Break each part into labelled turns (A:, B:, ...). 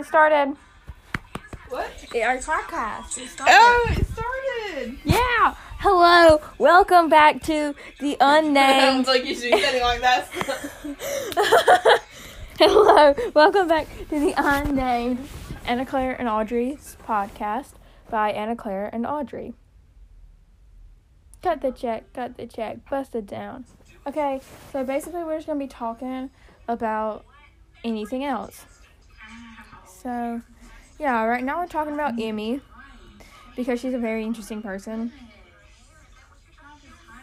A: it started.
B: What?
A: Our podcast. It started.
B: Oh, it started.
A: Yeah. Hello. Welcome back to the unnamed.
B: Sounds like you should be sitting like that.
A: Hello. Welcome back to the unnamed Anna Claire and Audrey's podcast by Anna Claire and Audrey. Cut the check. Cut the check. Bust it down. Okay. So basically, we're just gonna be talking about anything else. So, yeah. Right now, we're talking about Emmy because she's a very interesting person.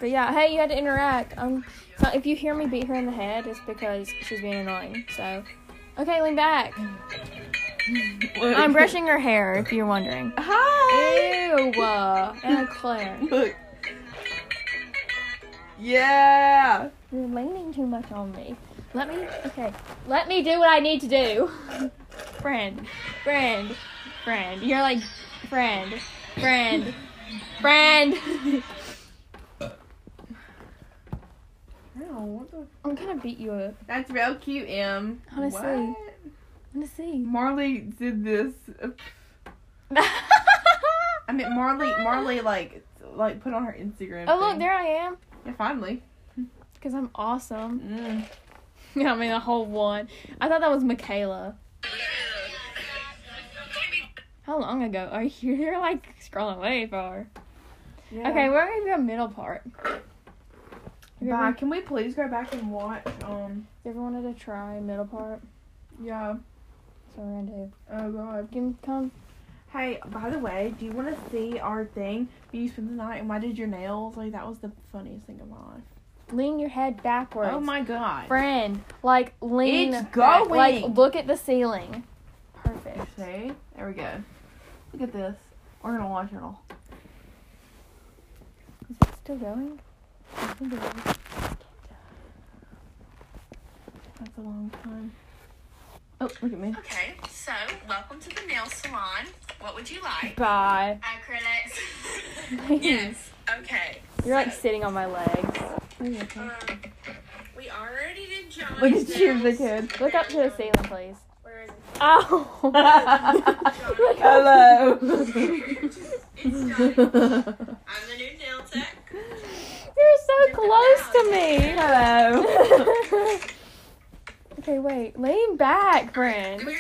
A: But yeah, hey, you had to interact. Um, so if you hear me beat her in the head, it's because she's being annoying. So, okay, lean back. I'm brushing her hair, if you're wondering.
B: Hi.
A: Ew, uh, Anna Claire,
B: Look. Yeah.
A: you're leaning too much on me. Let me, okay, let me do what I need to do. friend, friend, friend. You're like, friend, friend, friend. I'm gonna beat you up.
B: That's real cute, Em.
A: Honestly.
B: What?
A: I'm gonna see. Oh,
B: Marley did this. I mean, Marley. Marley like like put on her Instagram.
A: Oh look,
B: thing.
A: there I am.
B: Yeah, finally.
A: Cause I'm awesome.
B: Mm.
A: I mean, the whole one. I thought that was Michaela. How long ago are you? You're like scrolling way far.
B: Yeah.
A: Okay, we're gonna do a middle part. You
B: Bye.
A: ever,
B: Can we please go back and watch? Um.
A: you ever wanted to try middle part?
B: Yeah.
A: So we're gonna do.
B: Oh God.
A: You can come.
B: Hey, by the way, do you want to see our thing? You spent the night and why did your nails? Like that was the funniest thing of my life.
A: Lean your head backwards.
B: Oh my god.
A: friend. Like lean.
B: It's
A: back.
B: going.
A: Like look at the ceiling. Perfect.
B: See, there we go. Look at this. We're gonna watch it all.
A: Is it still going? I think it is.
B: That's a long time. Oh, look at me.
C: Okay, so welcome to the nail salon. What would you like?
A: Bye.
C: Acrylics. yes. Okay.
A: You're like sitting on my legs.
C: Um, we already did John's.
B: Look at you, the
C: nails.
B: kid.
A: Look up to the ceiling, please.
C: Where is it?
A: Oh. Ow! Look up-
B: Hello.
C: It's done. I'm the new nail tech.
A: You're so close to me.
B: Hello.
A: okay, wait. Lean back,
C: Come
A: friend.
C: here. Ann.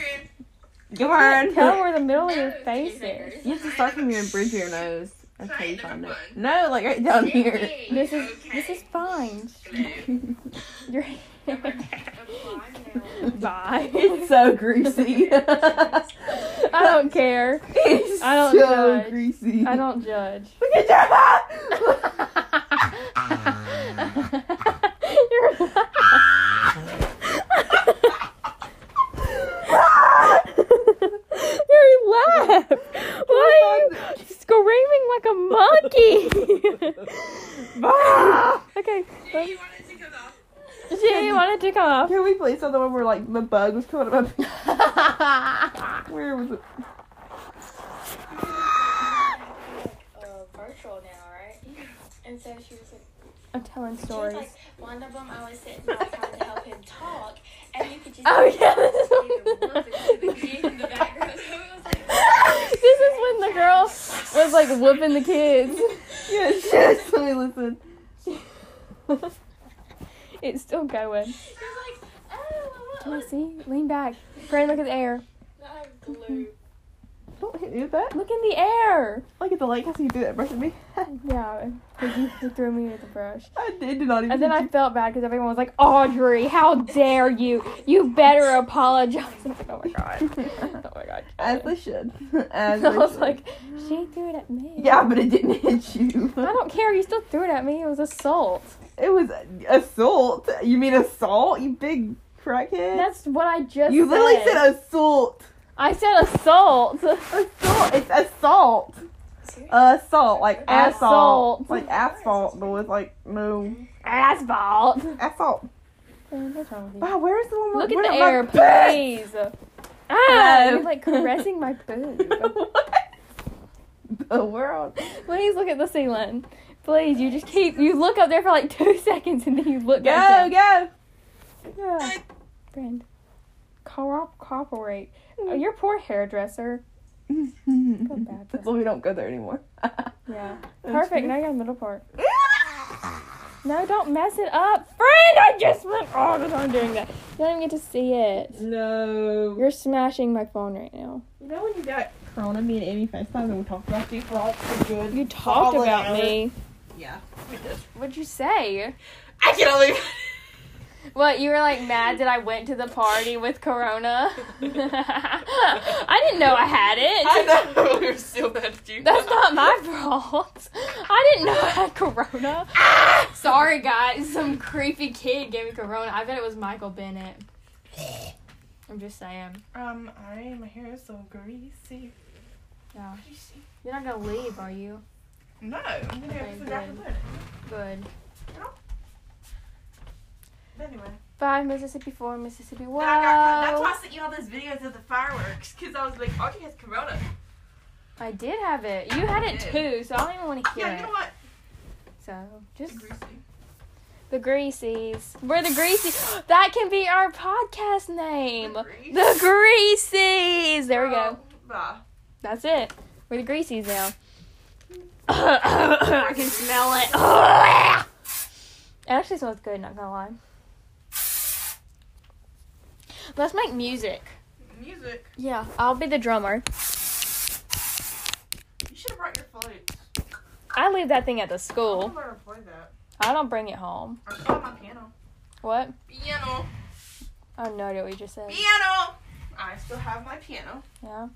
B: Your
A: Tell
B: turn.
A: where the middle of your
C: Nose,
A: face
C: fingers.
A: is.
B: You have to start from your bridge of your nose. That's how you find it.
C: Sorry,
B: No, like right down here.
A: This is this is fine.
C: Glue.
A: Your
C: Apply nail.
A: bye.
B: It's so greasy.
A: I don't care.
B: It's
A: I don't
B: so
A: judge.
B: greasy.
A: I don't judge.
B: Look at your
A: You're Your laugh. Why are you screaming like a monkey?
B: Ah!
A: okay,
C: Do you want it to come off?
A: she wanted to come off.
B: Can we please tell the one where like the bug was coming up? Where was it?
D: uh, virtual now, right? And so she was like,
A: I'm telling
D: she was
A: stories.
D: like, one of them I was sitting like trying to help him talk, and you could just
A: Oh yeah,
D: the
A: this
D: kid in the background. So it was like,
A: is, this is when the girl was like whooping the kids.
B: Yes, yes. Let me listen.
A: It's still going.
D: she was like, oh,
A: Can
D: what
A: I
D: was
A: see? Lean back. Friend, look at the air.
D: that glue?
B: Don't do that.
A: Look in the air.
B: Look at the light. How you do that brush at me?
A: Yeah, because you you threw me with the brush.
B: I did did not even.
A: And then I felt bad because everyone was like, Audrey, how dare you? You better apologize. I was like, oh my god. Oh my god.
B: As I should. As
A: I
B: I
A: was
B: should.
A: like, she threw it at me.
B: Yeah, but it didn't hit you.
A: I don't care. You still threw it at me. It was assault.
B: It was assault. You mean assault? You big crackhead.
A: That's what I just
B: you
A: said.
B: literally said assault.
A: I said assault.
B: Assault. It's assault.
D: Seriously?
B: Assault. Like assault.
A: Assault.
B: Like asphalt, but with like no
A: Asphalt.
B: assault.
A: Man, what's wrong with you?
B: Wow, where's the one?
A: Look
B: where
A: at the
B: my
A: air,
B: butt?
A: please. Ah,
B: No.
A: you're like caressing my boob.
B: what? The world.
A: Please look at the ceiling. Please, you just keep you look up there for like two seconds and then you look back
B: Go,
A: down.
B: go. Yeah.
A: Friend. corro- cooperate.
B: Mm.
A: Oh, your poor hairdresser. bad
B: That's why we don't go there anymore.
A: Yeah.
B: That's
A: Perfect.
B: good.
A: Now you got the middle part. No, don't mess it up. Friend, I just spent all the time doing that. You don't even get to see it.
B: No.
A: You're smashing my phone right now.
B: You know when you got Corona, me and Amy FaceTime and we talked about you for all the good.
A: You talked
B: solid
A: about
B: hour.
A: me.
B: Yeah.
A: What'd you say?
B: I can only.
A: What, you were like mad that I went to the party with Corona? I didn't know I had it.
B: I know.
C: We're still bad at you.
A: That's not my fault. I didn't know I had corona. Ah! Sorry, guys. Some creepy kid gave me corona. I bet it was Michael Bennett. I'm just saying.
B: Um, I my hair is so greasy.
A: Yeah.
B: What do you see?
A: You're not gonna leave, are you?
B: No, I'm gonna go
A: Okay,
B: to the doctor.
A: good. Good.
B: But anyway,
A: Bye, Mississippi 4, Mississippi
B: Then I got- that's
A: Wow.
B: why I sent you all those videos of the fireworks because I was like, Audrey has Corona.
A: I did have it. You had it too, so I don't even want to hear
B: Yeah, you
A: it.
B: know what?
A: So, just
B: Greasy.
A: the Greasies. We're the Greasies. that can be our podcast name.
B: Grease.
A: The Greasies. There we go.
B: Oh, Bye.
A: That's it. We're the greasies now. I can smell it. it actually smells good, not gonna lie. Let's make music.
B: Music.
A: Yeah. I'll be the drummer.
B: You should have brought your flute.
A: I leave that thing at the
B: I'll
A: school.
B: learn to play that.
A: I don't bring it home.
B: I saw my piano.
A: What?
B: Piano.
A: I have no idea what you just said.
B: Piano. I still have my piano.
A: Yeah.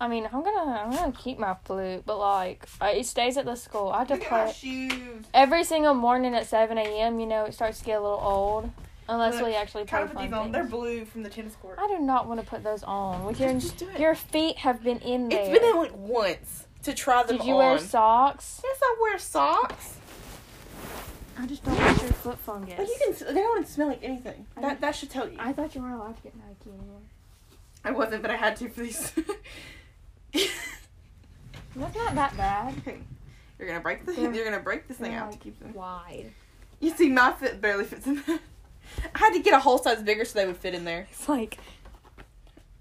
A: I mean, I'm gonna, I'm gonna keep my flute, but like, I- it stays at the school. I have to
B: Look at my
A: play it
B: shoes.
A: every single morning at 7 a.m. You know, it starts to get a little old, unless
B: Look,
A: we actually
B: Try
A: play
B: to put
A: fun
B: these on. They're
A: things.
B: blue from the tennis court.
A: I do not want to put those on. With your
B: Just do it.
A: your feet have been in there.
B: It's been in like once to try them
A: Did you
B: on.
A: wear socks?
B: yes, I wear socks.
A: I just don't want your foot fungus.
B: But you can. s- They don't smell like anything.
A: I
B: That
A: don't-
B: that should tell you.
A: I thought you weren't allowed to get Nike anymore.
B: I wasn't, but I had to for these.
A: That's not that bad.
B: You're gonna break the.
A: They're-
B: You're gonna break this thing
A: they're
B: out to
A: like-
B: keep them.
A: Wide.
B: You see, my fit barely fits in there. I had to get a whole size bigger so they would fit in there.
A: It's like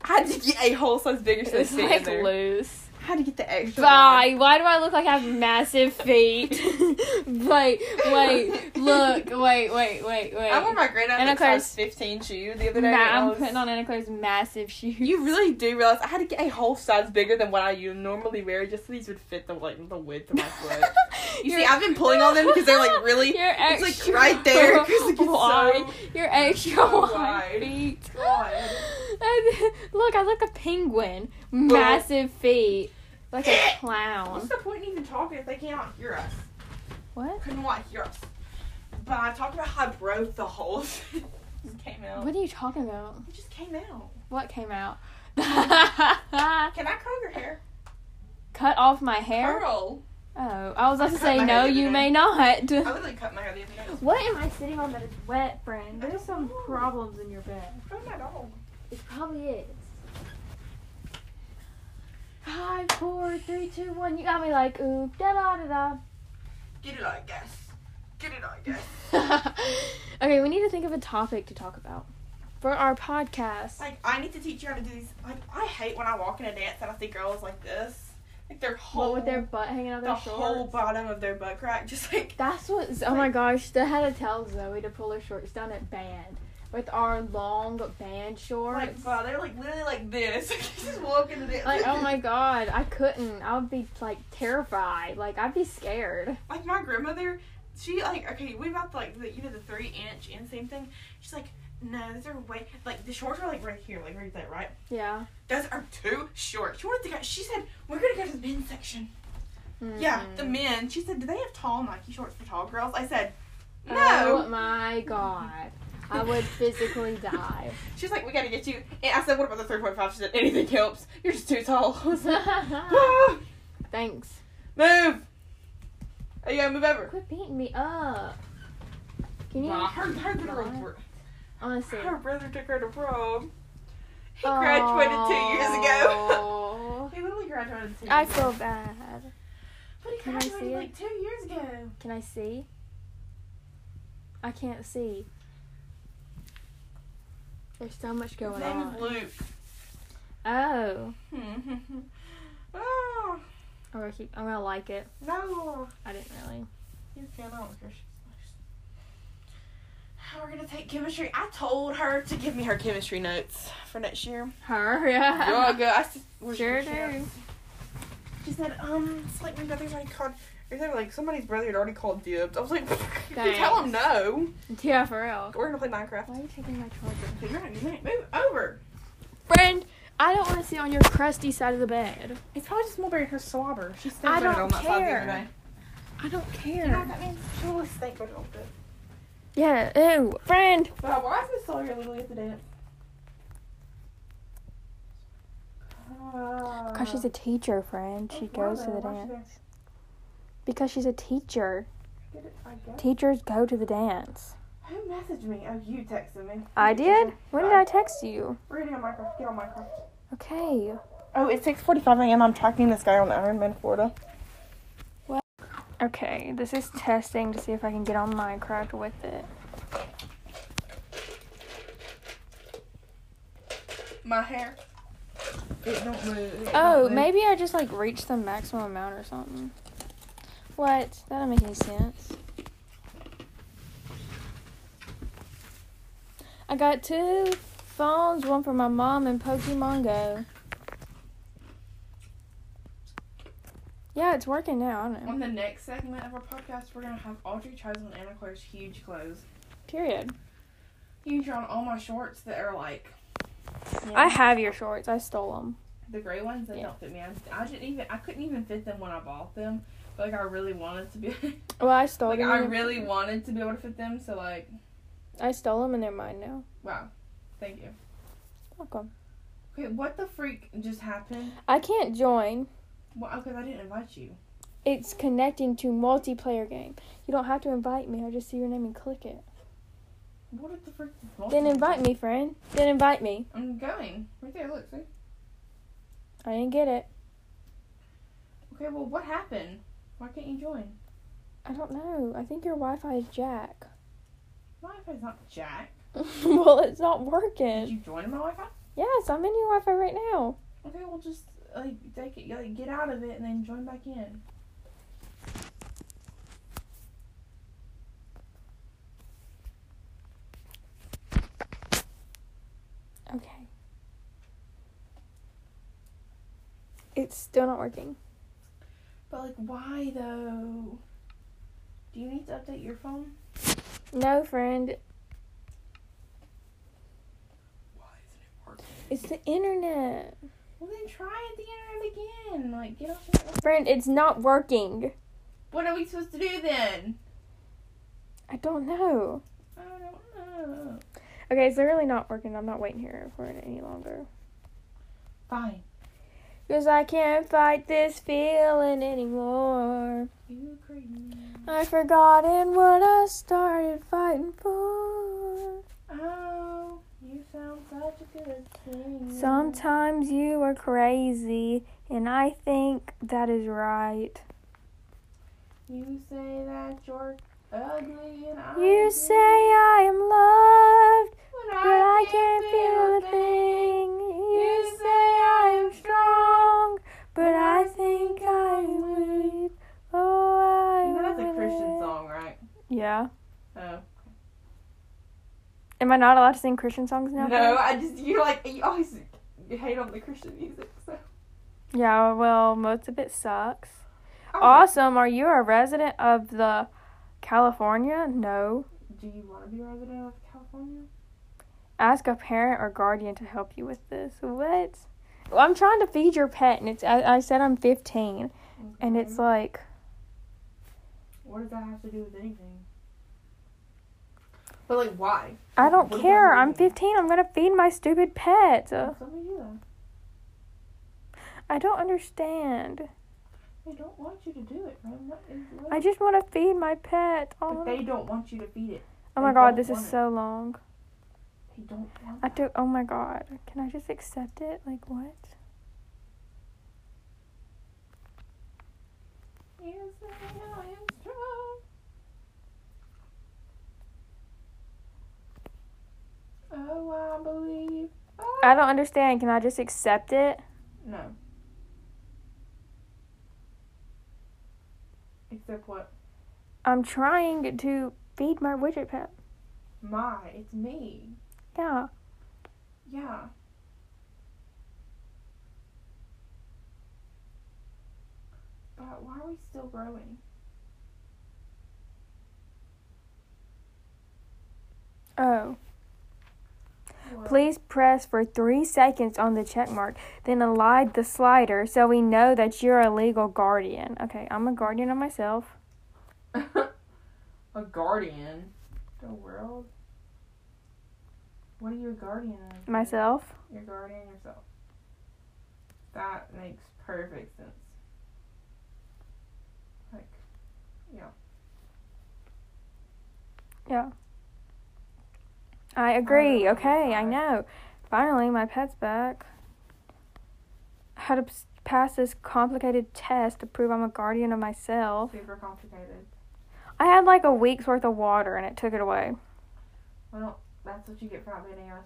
B: I had to get a whole size bigger so they
A: it's
B: fit in
A: like
B: there.
A: loose.
B: I had to get the extra.
A: Bye. Why do I look like I have massive feet? wait, wait, look, wait, wait, wait, wait.
B: One. I wore my great
A: And of
B: aunt
A: course-
B: size 15 shoe the other day.
A: Ma-
B: and I
A: I'm
B: was-
A: putting on Anna Claire's massive shoes.
B: You really do realize I had to get a whole size bigger than what I u- normally wear just so these would fit the like the width of my foot. You see,
A: You're-
B: I've been pulling on them because they're like really.
A: You're
B: it's like
A: extra
B: right there 'cause it gets so-
A: wide. You're extra
B: so
A: wide,
B: wide.
A: feet.
B: God.
A: And- look, I look a penguin. Massive feet, like a
B: What's
A: clown.
B: the point in even talking if they cannot hear us?
A: What?
B: Couldn't want to hear us. But I talked about how I broke the whole thing. just came out.
A: What are you talking about?
B: It just came out.
A: What came out?
B: Can I comb your hair?
A: Cut off my hair.
B: Curl.
A: Oh, I was about to
B: I Oh. cut my
A: say
B: hair
A: no.
B: the other
A: You
B: day.
A: may not.
B: I literally cut my hair the other day.
A: What am I sitting on that is wet, friend?
B: There's some
A: problems in your bed.
B: Oh my dog.
A: It probably is. Five, four, three, two, one. You got me like oop da da da da.
B: Get it, I guess. Get it, I guess.
A: okay, we need to think of a topic to talk about for our podcast.
B: Like I need to teach you how to do these. Like I hate when I walk in a dance and I see girls like this, like their whole
A: What with their butt hanging out
B: the
A: their
B: whole
A: shorts.
B: bottom of their butt crack, just like
A: That's what. Oh my gosh, they had to tell Zoe to pull her shorts down at band with our long band
B: like
A: shorts.
B: wow, they're like literally like this. just walk in the dance.
A: Like, oh my god, I couldn't. I would be like terrified. Like I'd be scared.
B: Like my grandmother, she like okay, we about the, like the you know the three inch inseam thing. She's like, no, those are way like the shorts are like right here, like right there, right?
A: Yeah.
B: Those are too short. She wanted to go. She said we're gonna go to the men's section. Yeah,
A: Mm-hmm.
B: the men. She said, "Do they have tall Nike shorts for tall girls?" I said, "No."
A: Oh my god. I would physically die.
B: She's like, we gotta get you. And I said, what about the 3.5? She said, anything helps. You're just too tall. I was like, "Ah,
A: Thanks.
B: move. Oh, yeah, move over.
A: Quit beating me up. Can you?
B: Wow, her, her, literal
A: Bye.
B: bro-
A: Honestly.
B: her brother took her to prom. He graduated two years ago.
A: Aw.
B: he literally graduated two years
A: I
B: ago.
A: feel bad.
B: But he
A: Can I see
B: graduated
A: it?
B: like two years ago.
A: Can I see? I can't see. There's so much
B: His
A: going
B: name
A: on.
B: is Luke.
A: Oh,
B: Hmm. oh,
A: I'm gonna keep. I'm gonna like it.
B: no.
A: I didn't really.
B: You cannot with your shoes. We're gonna take chemistry. I told her to give me her chemistry notes for next year.
A: Her,
B: Yeah,
A: yeah.
B: go. I s- where's
A: Sure
B: your shit?
A: do.
B: She said, um, it's like my brother's already called. Or they were like, somebody's brother had already called dibs. I was like, you tell him no.
A: Yeah, for real.
B: We're gonna play Minecraft.
A: Why are you taking my charger?
B: You're not gonna move over.
A: Friend, I don't want to sit on your crusty side of the bed.
B: It's probably just Mulberry and her slobber. She stank
A: I
B: on it
A: don't
B: on that side the other
A: care.
B: day.
A: I don't
B: You know what
A: care.
B: that means? She was stank on it all day.
A: Yeah, ew. Friend,
B: Wow, why is Miss Sawyer literally at the dance? Uh,
A: because she's a teacher, friend. She goes to the dance. Because she's a teacher. Teachers go to the dance.
B: Who messaged me? Oh, you texted me.
A: I did? When did I text you?
B: We're getting on Minecraft. Get on Minecraft.
A: Okay.
B: Oh, it's 6:45 a.m. I'm tracking this guy on Ironman Florida.
A: Okay, this is testing to see if I can get on Minecraft with it.
B: My hair. It don't move.
A: Oh, maybe I just like reached the maximum amount or something. What? That don't make any sense. I got two phones, one for my mom and Pokemon Go. Yeah, it's working now. I don't know.
B: On the next segment of our podcast, we're gonna have Audrey tries on Anna Claire's huge clothes.
A: Period.
B: You can try on all my shorts that are like
A: I have your shorts. I stole them.
B: the gray ones that
A: Yeah.
B: don't fit me. I, I didn't even I couldn't even fit them when I bought them. But like I really wanted to be
A: Well, I stole
B: like
A: them.
B: I
A: and-
B: really wanted to be able to fit them. So like
A: I stole them and they're mine now.
B: wow, thank you.
A: Welcome.
B: Okay, what the freak just happened?
A: I can't join.
B: Well, because I didn't invite you.
A: It's connecting to multiplayer game. You don't have to invite me. I just see your name and click it.
B: What did the freak?
A: Then invite me, friend. Then invite me.
B: I'm going right there. Look, see.
A: I didn't get it.
B: Okay, well, what happened? Why can't you join?
A: I don't know. I think your Wi-Fi is jack.
B: My Wi-Fi's not Jack.
A: well, it's not
B: Did
A: working.
B: you join my Wi-Fi?
A: Yes, I'm in your Wi-Fi right now.
B: Okay, well, just like take it, like get out of it, and then join back in.
A: Okay. It's still not working.
B: But like, why though? Do you need to update your phone?
A: No, friend.
B: Why isn't it working?
A: It's the internet.
B: Well, then try the internet again. Like, get off. Your
A: Friend, it's not working.
B: what are we supposed to do then?
A: I don't know.
B: I don't know.
A: Okay, it's literally not working. I'm not waiting here for it any longer.
B: Fine.
A: Cause I can't fight this feeling anymore.
B: You crazy.
A: I've forgotten what I started fighting for.
B: Oh, you sound such a good thing.
A: Sometimes you are crazy, and I think that is right.
B: You say that you're ugly and I.
A: You
B: do.
A: say I am loved,
B: When
A: but I can't feel a thing. You say I am strong, but I think I am weak. Oh, I
B: You know that's a
A: am
B: Christian
A: weak.
B: song, right?
A: Yeah.
B: Oh.
A: Am I not allowed to sing Christian songs now?
B: No, I just you like you always hate on the Christian music. So.
A: Yeah, well, most of it sucks.
B: I was
A: Awesome. Are you a resident of the California? No.
B: like, Do you want to be a resident of California?
A: Ask a parent or guardian to help you with this. What? Well, I'm trying to feed your pet, and it's. I, I said I'm 15, and it's
B: Okay.
A: like
B: What does that have to do with anything? But like, why?
A: I don't
B: What does that
A: care. I'm
B: mean?
A: 15. I'm gonna feed my stupid pet. Uh,
B: Somebody do that.
A: I don't understand.
B: They don't want you to do it, man. That is really-
A: I just want to feed my pet.
B: But they
A: Oh,
B: don't want you to feed it.
A: oh my
B: they
A: God,
B: don't
A: this
B: want
A: is
B: it.
A: so long.
B: They don't want.
A: I do. Oh my God. Can I just accept it? Like what?
B: You say I am strong. Oh, I believe. Ah,
A: I don't understand. Can I just accept it?
B: No. Except what?
A: I'm trying to feed my widget pet.
B: My, it's me.
A: Yeah.
B: Yeah. But why are we still growing?
A: Oh.
B: What?
A: Please press for three seconds on the check mark, then align the slider so we know that you're a legal guardian. Okay, I'm a guardian of myself.
B: a guardian. The world. What are you a guardian of?
A: Myself.
B: You're guardian yourself. That makes perfect sense. Like,
A: I agree.
B: Oh,
A: okay, I
B: God.
A: know. Finally, my pet's back. How to p- pass this complicated test to prove I'm a guardian of myself.
B: super complicated.
A: I had like a week's worth of water and it took it away.
B: Well, that's what you get for not being a US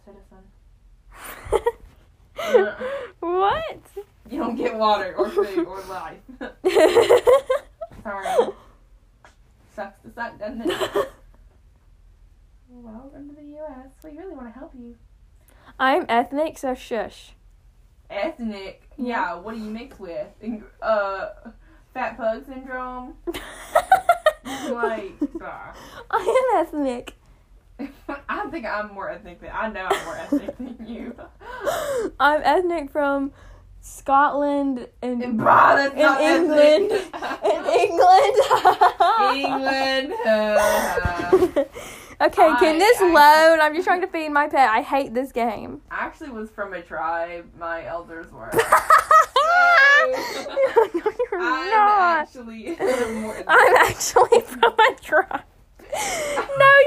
B: citizen.
A: what?
B: You don't get water or food or life. Sorry. Sucks to suck, doesn't it? Welcome to the US. We really want to help you.
A: I'm ethnic, so shush.
B: Ethnic? Yeah, what do you mix with? In- Uh, fat pug syndrome? Like, uh,
A: I am ethnic.
B: I think I'm more ethnic than I know I'm more ethnic than you.
A: I'm ethnic from Scotland and
B: And bruh, that's
A: In
B: not
A: England. and
B: ethnic.
A: England.
B: England. uh,
A: okay, can
B: I-
A: this
B: I-
A: load? I'm just trying to feed my pet. I hate this game.
B: I actually was from a tribe. My elders were.
A: no, you're
B: I'm
A: not.
B: actually more.
A: I'm actually from a tribe. No,
B: Uh,